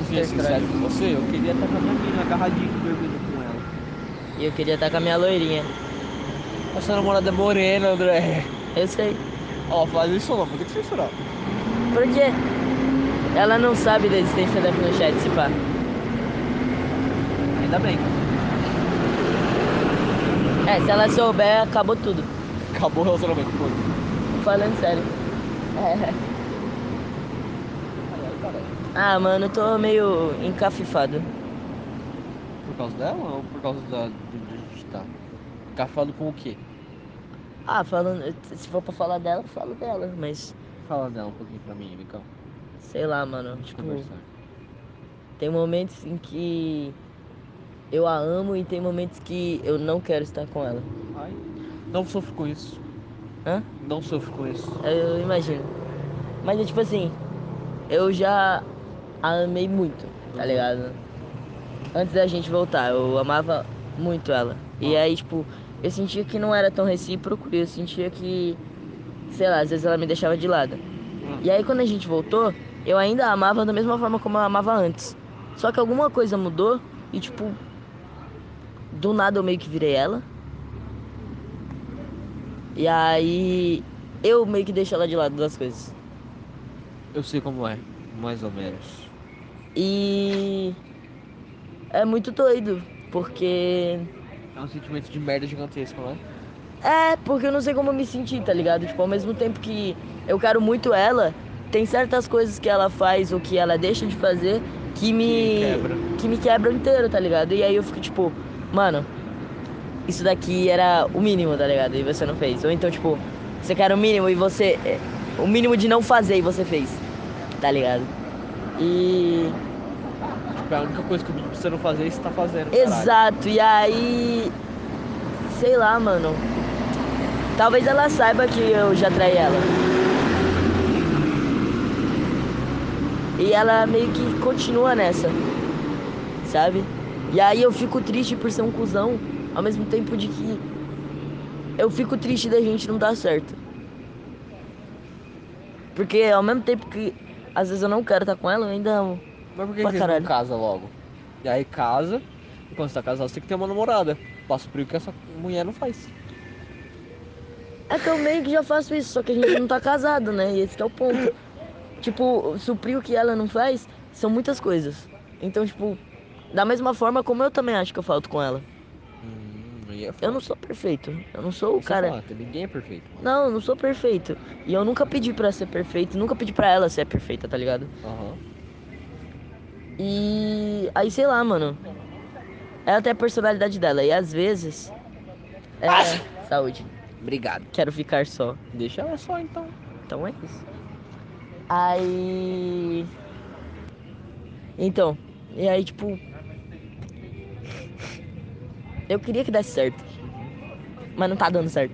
S1: Quem é sincero com você? Eu queria estar com a minha mina né? agarradinho dormindo com ela.
S2: E eu queria estar com a minha loirinha.
S1: A sua namorada é morena, André.
S2: Eu sei.
S1: Ó, faz isso não, vou ter que censurar.
S2: Porque ela não sabe da existência da Pinochet, se pá.
S1: Ainda bem.
S2: É, se ela souber, acabou tudo.
S1: Acabou o relacionamento, pô.
S2: Falando sério. É.
S1: Ai, ai, caralho.
S2: Ah, mano, eu tô meio encafifado.
S1: Por causa dela ou por causa da, do de onde a gente tá? Tá falando com o quê?
S2: Ah, falando. Se for pra falar dela, eu falo dela, mas
S1: Fala dela um pouquinho pra mim, amigão.
S2: sei lá, mano.
S1: Deixa eu
S2: Tipo,
S1: conversar.
S2: tem momentos em que eu a amo e tem momentos que eu não quero estar com ela.
S1: Ai, não sofro com isso.
S2: Hã?
S1: Não sofro com isso.
S2: Eu imagino. Mas é tipo assim, eu já a amei muito, tá ligado? Antes da gente voltar, eu amava muito ela. E aí, tipo, eu sentia que não era tão recíproco, eu sentia que, sei lá, às vezes ela me deixava de lado. E aí quando a gente voltou, eu ainda a amava da mesma forma como eu amava antes. Só que alguma coisa mudou e tipo. Do nada eu meio que virei ela. E aí eu meio que deixo ela de lado das coisas.
S1: Eu sei como é, mais ou menos.
S2: E é muito doido, porque.
S1: É um sentimento de merda gigantesco, né?
S2: É, porque eu não sei como eu me sentir, tá ligado? Tipo, ao mesmo tempo que eu quero muito ela, tem certas coisas que ela faz ou que ela deixa de fazer que me.
S1: Que quebra.
S2: que me quebram inteiro, tá ligado? E aí eu fico tipo, mano, isso daqui era o mínimo, tá ligado? E você não fez. Ou então, tipo, você quer o mínimo e você. é, O mínimo de não fazer e você fez, tá ligado? E.
S1: Tipo, é a única coisa que eu tô precisando fazer e você tá fazendo. caralho.
S2: Exato, e aí. Sei lá, mano. Talvez ela saiba que eu já traí ela. E ela meio que continua nessa. Sabe? E aí eu fico triste por ser um cuzão, ao mesmo tempo de que eu fico triste da gente não dar certo. Porque ao mesmo tempo que às vezes eu não quero estar com ela, eu ainda amo.
S1: Mas por que,
S2: Pra
S1: que você
S2: caralho.
S1: não casa logo? E aí casa, e quando você tá casado, você tem que ter uma namorada. Passa por isso que essa mulher não faz.
S2: É que eu meio que já faço isso, só que a gente não tá casado, né? E esse que é o ponto. Tipo, suprir o que ela não faz são muitas coisas. Então, tipo, da mesma forma como eu também acho que eu falto com ela.
S1: Hum, aí é
S2: Eu
S1: foda.
S2: não sou perfeito. Eu não sou o
S1: Você
S2: cara.
S1: fala, ninguém é perfeito, mano.
S2: Não, eu não sou perfeito. E eu nunca pedi pra ser perfeito, nunca pedi pra ela ser perfeita, tá ligado?
S1: Aham.
S2: E aí, sei lá, mano. Ela tem a personalidade dela. E às vezes. É. Saúde.
S1: Obrigado.
S2: Quero ficar só.
S1: Deixa ela só então.
S2: Então é isso. Aí. Então, e aí, tipo. Eu queria que desse certo. Mas não tá dando certo.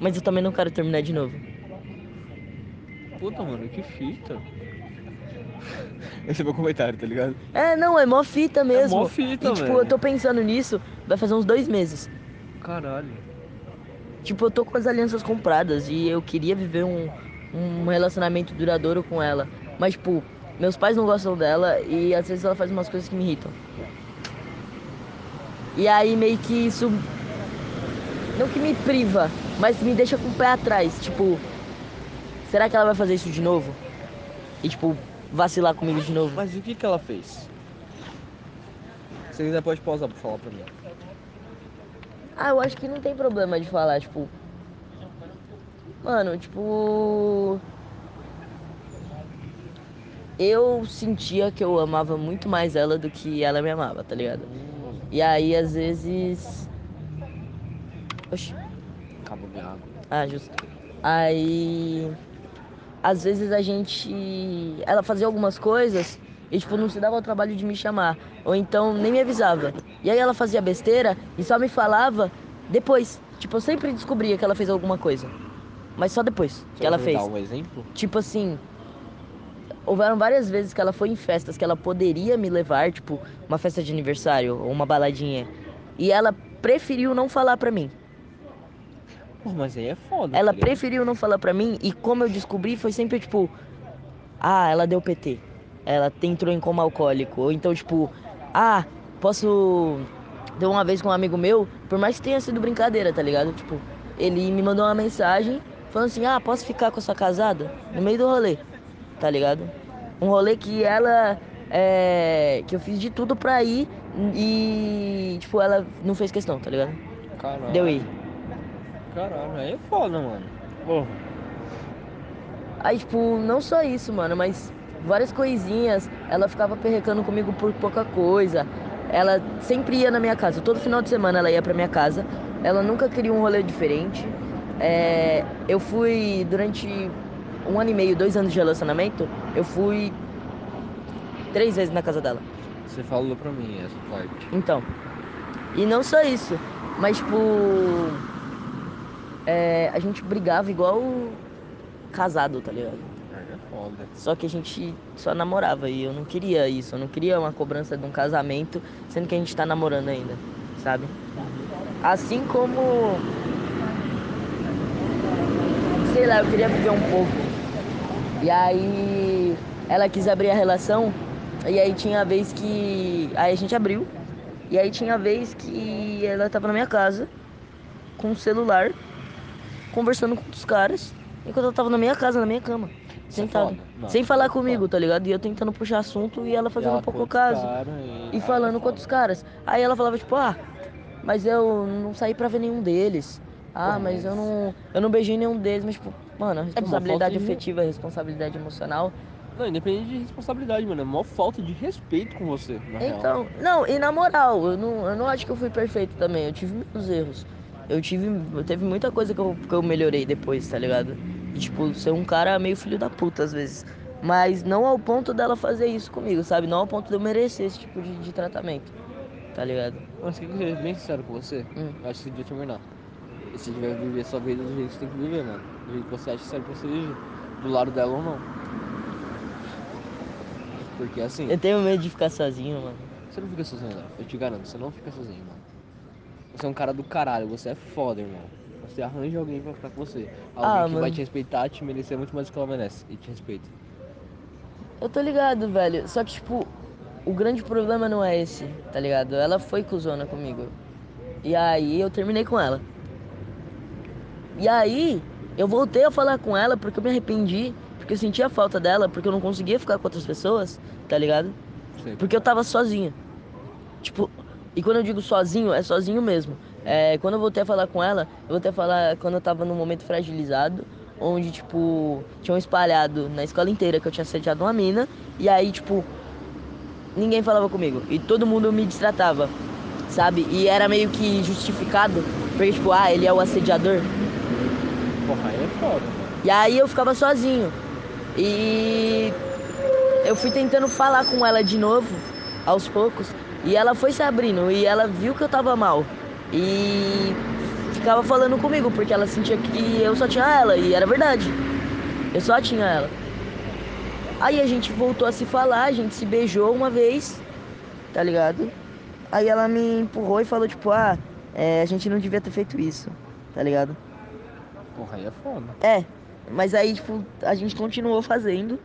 S2: Mas eu também não quero terminar de novo.
S1: Puta, mano, que fita. Esse é meu comentário, tá ligado?
S2: É, não, é mó fita mesmo.
S1: É mó fita,
S2: e, tipo,
S1: velho.
S2: eu tô pensando nisso, vai fazer uns dois meses.
S1: Caralho.
S2: Tipo, eu tô com as alianças compradas e eu queria viver um, um relacionamento duradouro com ela. Mas, tipo, meus pais não gostam dela e às vezes ela faz umas coisas que me irritam. E aí meio que isso. Não que me priva, mas me deixa com o pé atrás. Tipo, será que ela vai fazer isso de novo? E, tipo, vacilar comigo de novo?
S1: Mas o que que ela fez? Se quiser pode pausar pra falar pra mim.
S2: Ah, eu acho que não tem problema de falar, tipo. Mano, tipo. Eu sentia que eu amava muito mais ela do que ela me amava, tá ligado? E aí, às vezes. Oxi.
S1: Acabou minha água.
S2: Ah, justo. Aí. Às vezes a gente. Ela fazia algumas coisas e, tipo, não se dava o trabalho de me chamar. Ou então nem me avisava. E aí ela fazia besteira e só me falava depois. Tipo, eu sempre descobria que ela fez alguma coisa. Mas só depois que ela fez.
S1: Dar um exemplo?
S2: Tipo assim. Houveram várias vezes que ela foi em festas que ela poderia me levar, tipo, uma festa de aniversário ou uma baladinha. E ela preferiu não falar pra mim.
S1: Pô, mas aí é foda.
S2: Ela
S1: tá ligado?
S2: preferiu não falar pra mim e como eu descobri foi sempre tipo, ah, ela deu PT. Ela te- entrou em coma alcoólico. Ou então, tipo, ah, posso. Deu uma vez com um amigo meu, por mais que tenha sido brincadeira, tá ligado? Tipo, ele me mandou uma mensagem falando assim, ah, posso ficar com a sua casada? No meio do rolê, tá ligado? Um rolê que ela. É, que eu fiz de tudo pra ir e, tipo, ela não fez questão, tá ligado?
S1: Caralho.
S2: Deu ir.
S1: Caralho, aí é foda, mano.
S2: Aí, tipo, não só isso, mano, mas várias coisinhas. Ela ficava perrecando comigo por pouca coisa. Ela sempre ia na minha casa. Todo final de semana ela ia pra minha casa. Ela nunca queria um rolê diferente. É, eu fui durante um ano e meio, dois anos de relacionamento, eu fui três vezes na casa dela.
S1: Você falou pra mim essa parte.
S2: Então. E não só isso, mas tipo. é, a gente brigava igual casado, tá ligado?
S1: Aí é foda.
S2: Só que a gente só namorava e eu não queria isso, eu não queria uma cobrança de um casamento, sendo que a gente tá namorando ainda, sabe? Assim como. Sei lá, eu queria viver um pouco. E aí ela quis abrir a relação, e aí tinha a vez que. Aí a gente abriu. E aí tinha a vez que ela tava na minha casa, com o celular, conversando com os caras, enquanto ela tava na minha casa, na minha cama.
S1: Isso é
S2: Sentada.
S1: foda. Não,
S2: Sem
S1: isso é
S2: falar
S1: foda.
S2: comigo, tá ligado? E eu tentando puxar assunto e ela fazendo
S1: Ela
S2: um pouco
S1: com
S2: caso.
S1: outro cara e-
S2: E
S1: Ah,
S2: falando
S1: é
S2: com
S1: foda.
S2: outros caras. Aí ela falava, tipo, ah, mas eu não saí pra ver nenhum deles. Ah,
S1: Pô,
S2: mas eu
S1: mas- É,
S2: não. Eu não beijei nenhum deles, mas, tipo, mano, a
S1: falta
S2: responsabilidade
S1: de-
S2: afetiva, a responsabilidade emocional.
S1: Não, independente de responsabilidade, mano. É maior falta de respeito com você, na real.
S2: Então, não, e na moral, eu não, eu não acho que eu fui perfeito também. Eu tive meus erros. Eu tive. Teve muita coisa que eu, que eu melhorei depois, tá ligado? E, tipo, ser um cara meio filho da puta às vezes. Mas não ao ponto dela fazer isso comigo, sabe? Não ao ponto de eu merecer esse tipo de, de tratamento. Tá ligado?
S1: Mas que ser bem sincero com você,
S2: Hum.
S1: eu acho que você devia terminar. E Você devia viver sua vida do jeito que você tem que viver, mano. Do jeito que você acha que serve pra você viver. Do lado dela ou não. Porque assim,
S2: Eu tenho medo de ficar sozinho, mano.
S1: você não fica sozinho, não. Eu te garanto, você não fica sozinho, mano. Você é um cara do caralho, você é foda, irmão. Você arranja alguém pra ficar com você. Alguém
S2: Ah,
S1: que vai
S2: mano.
S1: te respeitar, te merecer muito mais do que ela merece. E te respeita.
S2: Eu tô ligado, velho. Só que, tipo, o grande problema não é esse, tá ligado? Ela foi cuzona comigo. E aí eu terminei com ela. E aí eu voltei a falar com ela porque eu me arrependi, porque eu sentia a falta dela, porque eu não conseguia ficar com outras pessoas, tá ligado?
S1: Sempre.
S2: Porque eu tava sozinha. Tipo, e quando eu digo sozinho, é sozinho mesmo. É, quando eu voltei a falar com ela, eu voltei a falar quando eu tava num momento fragilizado, onde, tipo, tinham espalhado na escola inteira que eu tinha sediado uma mina, e aí, tipo, ninguém falava comigo. E todo mundo me destratava, sabe? E era meio que justificado, porque, tipo, ah, ele é o assediador.
S1: Porra, aí é foda, mano.
S2: E aí eu ficava sozinho. E eu fui tentando falar com ela de novo, aos poucos. E ela foi se abrindo e ela viu que eu tava mal. E ficava falando comigo, porque ela sentia que eu só tinha ela, e era verdade. Eu só tinha ela. Aí a gente voltou a se falar, a gente se beijou uma vez, tá ligado? Aí ela me empurrou e falou, tipo, ah, é, a gente não devia ter feito isso, tá ligado?
S1: Porra, aí é foda.
S2: É, mas aí, tipo, a gente continuou fazendo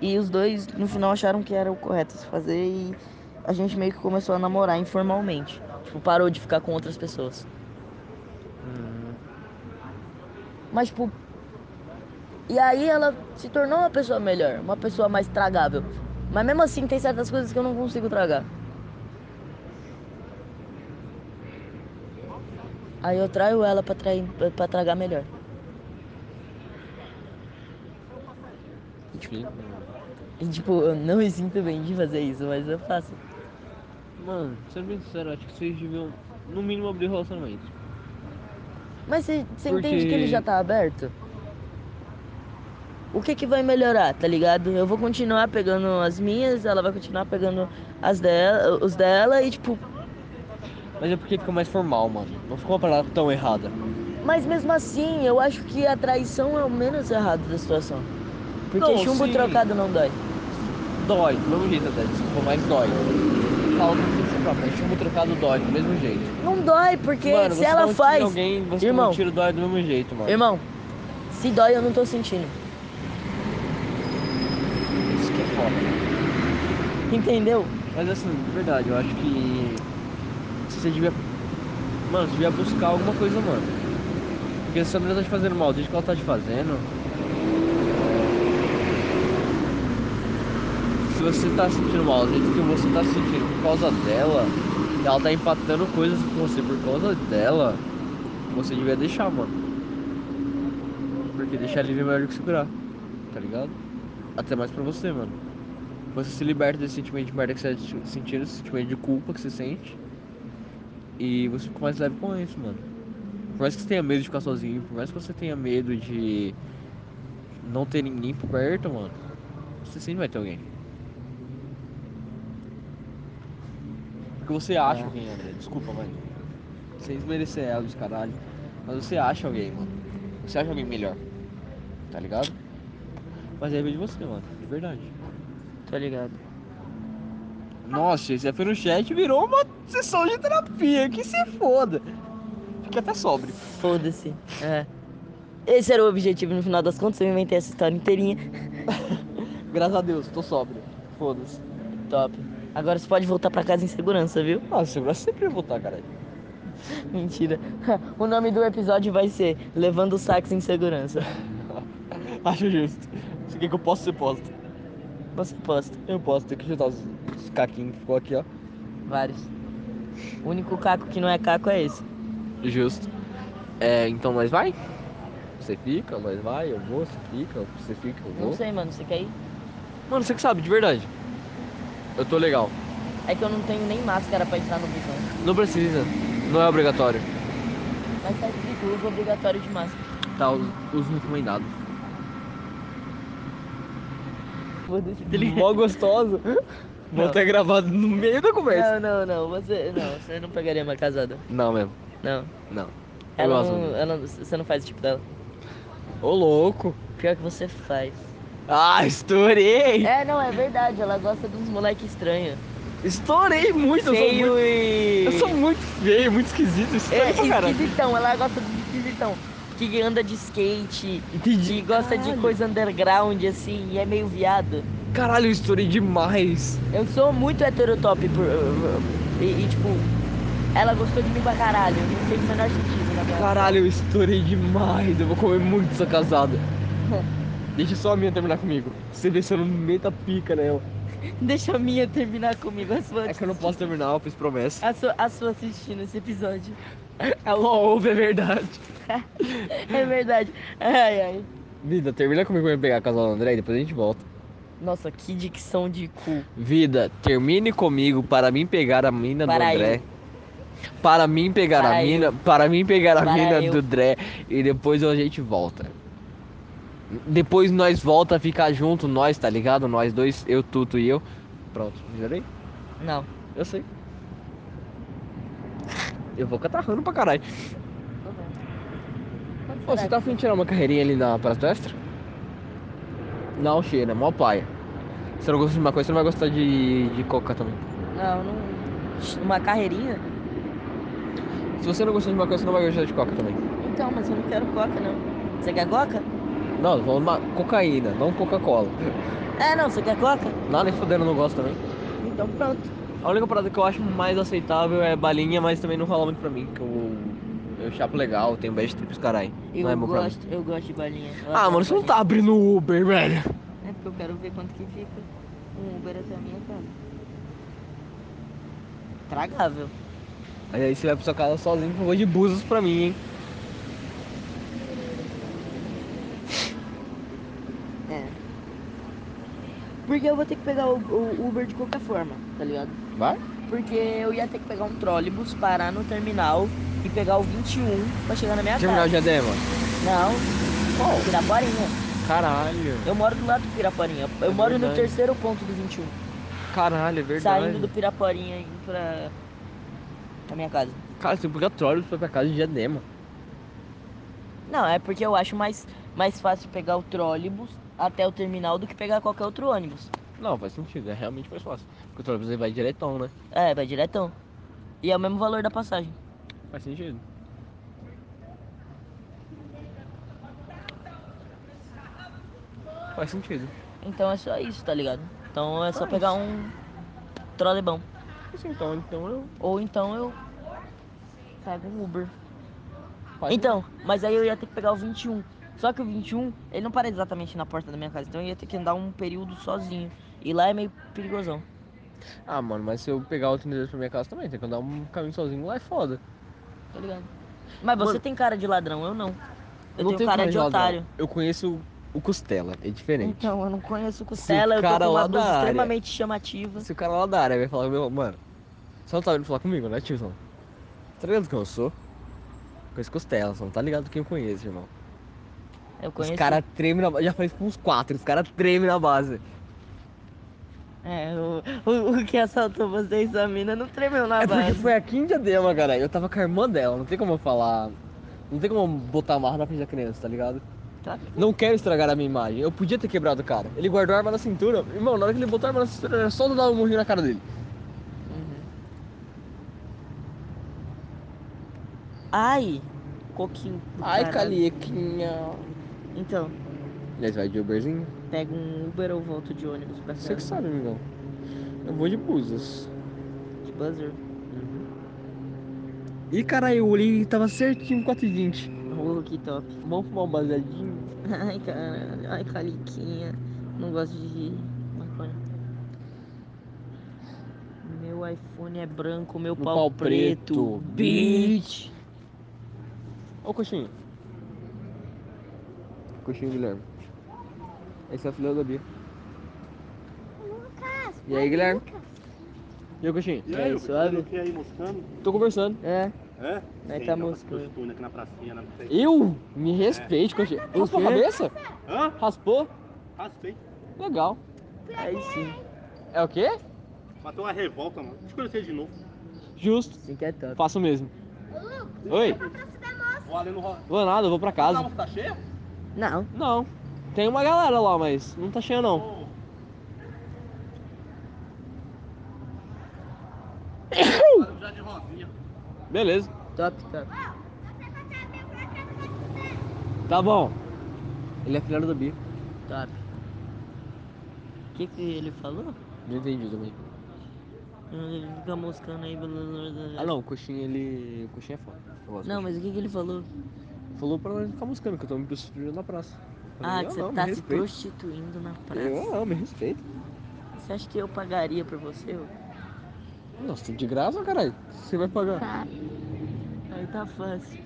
S2: e os dois no final acharam que era o correto se fazer e a gente meio que começou a namorar informalmente. Tipo, parou de ficar com outras pessoas. Mas, tipo. E aí ela se tornou uma pessoa melhor, uma pessoa mais tragável. Mas mesmo assim, tem certas coisas que eu não consigo tragar. Aí eu traio ela pra, trair, pra- pra tragar melhor.
S1: Enfim,
S2: E, tipo, eu não me sinto bem de fazer isso, mas eu faço.
S1: Mano, sendo bem sincero, acho que vocês deviam, no mínimo, abrir o relacionamento.
S2: Mas você você
S1: Porque-
S2: entende que ele já tá aberto? O que que vai melhorar, tá ligado? Eu vou continuar pegando as minhas, ela vai continuar pegando as dela, os dela e tipo,
S1: Mas é porque fica mais formal, mano. Não ficou uma parada tão errada.
S2: mas mesmo assim, eu acho que a traição é o menos errado da situação. Porque
S1: Não,
S2: chumbo
S1: sim.
S2: trocado não dói.
S1: Dói, do mesmo jeito até, desculpa, mas dói. Fala com você próprio, mas chumbo trocado dói, do mesmo jeito.
S2: Não dói porque
S1: mano,
S2: se
S1: você dá um
S2: ela
S1: tiro em
S2: faz,
S1: alguém, você toma
S2: Irmão.
S1: um tiro dói do mesmo jeito, mano.
S2: irmão, se dói eu não tô sentindo.
S1: Isso que é foda.
S2: Entendeu?
S1: Mas assim, de verdade, eu acho que você devia. Mano, você devia buscar alguma coisa, mano. Porque se a mulher tá te fazendo mal, desde que ela tá te fazendo. Se você tá se sentindo mal, do jeito que você tá se sentindo por causa dela, e ela tá empatando coisas com você por causa dela, você devia deixar, mano. Porque deixar livre é melhor do que segurar, tá ligado? Até mais pra você, mano. Você se liberta desse sentimento de merda que você tá sentindo, esse sentimento de culpa que você sente. E você fica mais leve com isso, mano. Por mais que você tenha medo de ficar sozinho, por mais que você tenha medo de não ter ninguém por perto, mano, você sempre vai ter alguém. Porque você acha alguém, André. Desculpa, mano. Sem desmerecer ela dos caralho. Mas você acha alguém, mano. Você acha alguém melhor. Tá ligado? Mas é bem de você, mano. De verdade. Tá
S2: Tô ligado.
S1: Nossa, esse foi no chat virou uma sessão de terapia, que se foda. Fiquei até sóbrio.
S2: Foda-se. É. Esse era o objetivo no final das contas, eu inventei essa história inteirinha.
S1: Graças a Deus, tô sóbrio. Foda-se.
S2: Top. Agora você pode voltar pra casa em segurança, viu?
S1: Nossa, segurança sempre vai voltar, cara.
S2: Mentira. O nome do episódio vai ser Levando o Sax em Segurança.
S1: Acho justo. Você quer que eu posso ser posto?
S2: Você posta.
S1: Eu posso, ter que juntar os, os caquinhos que ficou aqui, ó.
S2: Vários. O único caco que não é caco é esse.
S1: Justo. É, então nós vai? Você fica, nós vai, eu vou, você fica, você fica, eu
S2: Não
S1: vou.
S2: sei, mano. Você quer ir?
S1: Mano, você que sabe, de verdade. Eu tô legal.
S2: É que eu não tenho nem máscara pra entrar no busão.
S1: Não precisa, não é obrigatório.
S2: Mas tá escrito uso obrigatório de máscara.
S1: Tá, uso recomendado.
S2: Foda-se.
S1: Mó gostoso. Vou
S2: Não.
S1: até gravado no meio da conversa.
S2: Não, não, não. Você não, você não pegaria uma casada.
S1: Não, mesmo,
S2: Não.
S1: não. Eu
S2: Ela
S1: gosto.
S2: não, ela não- Você não faz o tipo dela.
S1: Ô, louco.
S2: Pior que você faz.
S1: Ah, estourei.
S2: É, não, é verdade. Ela gosta de uns moleque estranho.
S1: Estourei muito. Eu sou muito,
S2: Feio e.
S1: eu sou muito feio, muito esquisito. Estourei
S2: É,
S1: pra caralho.
S2: esquisitão, ela gosta de esquisitão. Que anda de skate,
S1: Entendi.
S2: que gosta de
S1: Caralho.
S2: coisa underground, assim, e é meio viado.
S1: Caralho, eu estourei demais.
S2: Eu sou muito heterotop por. uh, E, e, tipo, ela gostou de mim pra caralho. Não fez o menor sentido, na verdade.
S1: Caralho, eu estourei demais. Eu vou comer muito essa casada. Deixa só a minha terminar comigo. Você vê se eu não meto a pica nela.
S2: Deixa a minha terminar comigo, a sua.
S1: É que eu não posso terminar, eu fiz promessa.
S2: A sua, a sua assistindo esse episódio.
S1: Ela ouve, é verdade.
S2: É verdade. Ai, ai.
S1: Vida, termina comigo pra eu pegar a casada do André e depois a gente volta.
S2: Nossa, que dicção de cu.
S1: Vida, termine comigo para mim pegar a mina
S2: Para
S1: do André. Para mim pegar
S2: Para
S1: a
S2: eu.
S1: mina, para mim pegar a
S2: Para
S1: mina
S2: eu.
S1: do André e depois a gente volta. Depois nós volta a ficar junto nós, tá ligado? Nós dois, eu, Tuto e eu. Pronto, melhorei?
S2: Não.
S1: Eu sei. Eu vou catarrando pra caralho. Ô, você tá afim de tirar uma carreirinha ali na Praça do Extra? Não, cheira, mó paia. Você não gosta de uma coisa, você não vai gostar de, de coca também.
S2: Não, não. Uma carreirinha?
S1: Se você não gostar de uma coisa, você não vai gostar de coca também.
S2: Então, mas eu não quero coca, não. Você quer coca?
S1: Não, vamos uma cocaína, não Coca-Cola.
S2: É, não, você quer coca?
S1: Nada nem fodendo, eu não gosto também.
S2: Então pronto.
S1: A única parada que eu acho mais aceitável é balinha, mas também não rola muito pra mim, que eu, eu chapo legal, tenho bad trips, caralho.
S2: Eu
S1: Não é bom pra mim.
S2: gosto, eu gosto de balinha. Eu
S1: Ah,
S2: adoro
S1: mano, você não
S2: balinha.
S1: tá abrindo o Uber, velho.
S2: É porque eu quero ver quanto que fica um Uber até a minha casa. Tragável.
S1: Mas aí você vai pra sua casa sozinho, por favor, de búzios pra mim, hein?
S2: Porque eu vou ter que pegar o, o Uber de qualquer forma, tá ligado?
S1: Vai?
S2: Porque eu ia ter que pegar um trólebus, parar no terminal e pegar o 21 pra chegar na minha
S1: Terminal
S2: casa.
S1: de Adema.
S2: Não, Piraporinha.
S1: Caralho.
S2: Eu moro do lado do Piraporinha. Eu
S1: É
S2: moro no
S1: verdade.
S2: terceiro ponto do 21.
S1: Caralho, é verdade.
S2: Saindo do Piraporinha e indo pra... pra minha casa.
S1: Cara, você pega trolls pra ir pra casa de Diadema.
S2: Não, é porque eu acho mais, mais fácil pegar o trólebus até o terminal do que pegar qualquer outro ônibus.
S1: Não, faz sentido, é realmente mais fácil. Porque o trolls vai diretão, né?
S2: É, vai diretão. E é o mesmo valor da passagem.
S1: Faz sentido. Faz sentido.
S2: Então é só isso, tá ligado? Então é só pegar um trolebão.
S1: Assim, então, então eu.
S2: Ou então eu pego um Uber.
S1: faz-
S2: Então, mas aí eu ia ter que pegar o 21. Só que o 21, ele não para exatamente na porta da minha casa. Então eu ia ter que andar um período sozinho. E lá é meio perigosão.
S1: Ah, mano, mas se eu pegar outro endereço pra minha casa também, tem que andar um caminho sozinho lá é foda.
S2: Tá ligado? Mas você
S1: Mano-
S2: tem cara de ladrão, eu não. Eu tenho
S1: tenho
S2: cara de
S1: ladrão.
S2: otário.
S1: Eu conheço o Costela, é diferente.
S2: Então, eu não conheço o Costela, eu tô
S1: cara
S2: com
S1: lá da
S2: uma blusa
S1: área-
S2: extremamente chamativa.
S1: Se o cara lá da área vai falar, meu, mano, você não tá vindo falar comigo, né, tiozão? Tá ligado quem eu sou? Conheço Costela, você não tá ligado quem eu conheço, irmão.
S2: Eu conheço.
S1: Os caras tremem na base. Já falei isso com uns quatro, os caras tremem na base.
S2: É, o, o, o que assaltou vocês, a mina, não tremeu na
S1: é porque
S2: base.
S1: foi aqui em Diadema, cara. Eu tava com a irmã dela, não tem como eu falar. Não tem como eu botar marra na frente da criança, tá ligado?
S2: Claro
S1: Não quero estragar a minha imagem. Eu podia ter quebrado o cara. Ele guardou a arma na cintura. Irmão, na hora que ele botou a arma na cintura, era só eu dar um murrinho na cara dele.
S2: Uhum. Ai, coquinho. do
S1: Ai,
S2: caralho.
S1: Caliequinha.
S2: Então,
S1: Aliás, vai de Uberzinho?
S2: pega um Uber ou volto de ônibus pra
S1: Você
S2: casa.
S1: que sabe, amigão. Eu vou de blusas.
S2: De buzzer.
S1: Ih, caralho, eu olhei e tava certinho 4,20.
S2: Oh, que top.
S1: Vamos fumar um baseadinho?
S2: Ai, caralho. Ai, caliquinha. Não gosto de maconha. Meu iPhone é branco, meu
S1: Meu
S2: pau,
S1: pau
S2: preto.
S1: preto.
S2: Bitch.
S1: Ô, coxinho. Coxinho Guilherme. Esse é o filho da Bia. E aí, Guilherme? E aí, coxinho?
S6: E
S2: É
S6: aí,
S2: isso,
S6: Uber, fazendo
S2: abre.
S6: o que aí, moscando?
S1: Tô conversando.
S2: É,
S6: É?
S2: Aí
S6: Tem,
S2: tá
S6: uma
S2: moscando.
S6: prostituta aqui na pracinha, né? na frente.
S1: Eu? Me respeite, coxinho. Raspou a
S2: quê?
S1: cabeça?
S6: É. Hã?
S1: Raspou?
S6: Raspei.
S1: Legal.
S2: aí sim.
S1: É o quê?
S6: Bateu uma revolta, mano. Deixa eu conhecer de novo.
S1: Justo.
S2: Sim que é top.
S1: Faço o mesmo. Oi?
S6: Vou ali no roda.
S1: Vou nada, eu vou pra
S6: Ah,
S1: casa.
S6: você tá cheia?
S2: Não.
S1: Não. Tem uma galera lá, mas não tá cheia,
S6: Ô,
S1: não.
S6: Já de rosinha.
S1: Beleza.
S2: Top, top.
S1: Tá bom. Ele é filho da Bia.
S2: Top. O que, que ele falou?
S1: Não entendi também.
S2: Ele fica moscando aí. blá, blá, blá, blá.
S1: Ah, não. O coxinho, ele... O coxinho é foda. Eu gosto do
S2: Não, mas o que, que ele falou?
S1: Falou pra nós ficar moscando, que eu tô me prostituindo na praça. Eu falei,
S2: Ah,
S1: eu
S2: que você
S1: não, me
S2: tá se
S1: respeita.
S2: prostituindo na
S1: Eu
S2: praça.
S1: não, me respeito.
S2: Você acha que eu pagaria pra você? ô?
S1: Nossa, tudo de graça, caralho. Você vai
S2: Tá.
S1: pagar.
S2: Aí tá fácil.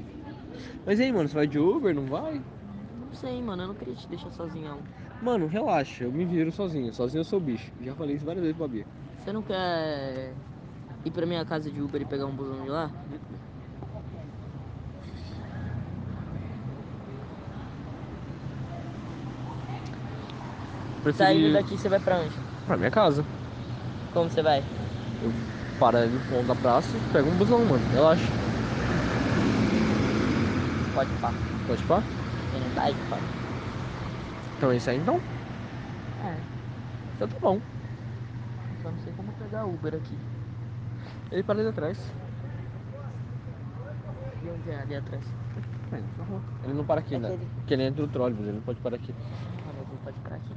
S1: Mas e aí, mano, você vai de Uber, não vai?
S2: Não sei, mano. Eu não queria te deixar sozinhão.
S1: Mano, relaxa, eu me viro sozinho. Sozinho eu sou bicho. Já falei isso várias vezes pra Bia.
S2: Você não quer ir pra minha casa de Uber e pegar um busão de lá? Saindo daqui, você vai pra onde?
S1: pra minha casa.
S2: Como você vai?
S1: Para no ponto da praça, pega um busão, mano. Relaxa.
S2: Pode pá.
S1: Pode pá?
S2: Vai, pá.
S1: Então é isso aí então.
S2: É,
S1: Então tá bom.
S2: só não sei como pegar Uber aqui.
S1: Ele para ali atrás.
S2: De onde é ali atrás?
S1: É, Ele não para aqui, né?
S2: Aquele.
S1: Porque ele entra no trólebus, ele não pode parar aqui.
S2: Ah, mas ele pode parar aqui.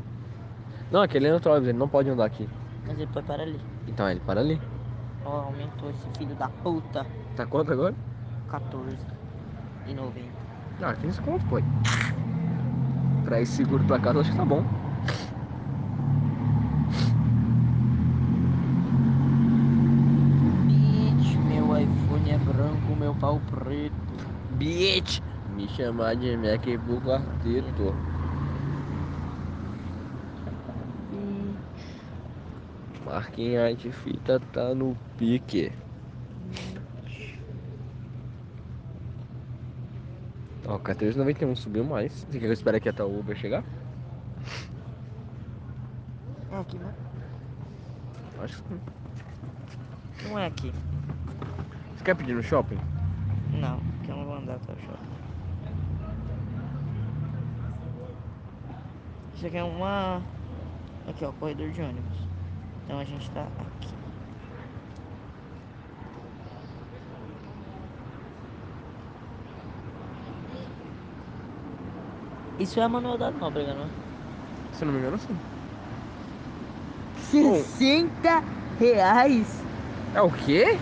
S1: Não, é que ele entra no trólebus, ele não pode andar aqui.
S2: Mas ele pode parar ali.
S1: Então ele para ali.
S2: Ó, aumentou esse filho da puta.
S1: Tá quanto agora?
S2: 14 e 90.
S1: Ah, 15 conto, pô. Traz seguro pra casa, acho que tá bom.
S2: Bitch, meu iPhone é branco, meu pau preto.
S1: Bitch! Me chamar de MacBook Quarteto. Marquinha de fita tá no pique. Ó, 14,91 subiu mais. Você quer que eu espere aqui até o Uber chegar?
S2: É aqui, né?
S1: Acho que sim.
S2: Não é aqui.
S1: Você quer pedir no shopping?
S2: Não, porque eu não vou andar até o shopping. Isso aqui é uma. Aqui, ó, corredor de ônibus. Então a gente tá aqui. Isso é a Manuel da Nóbrega, não é?
S1: Se eu não me engano, sim.
S2: 60 reais?
S1: É o quê?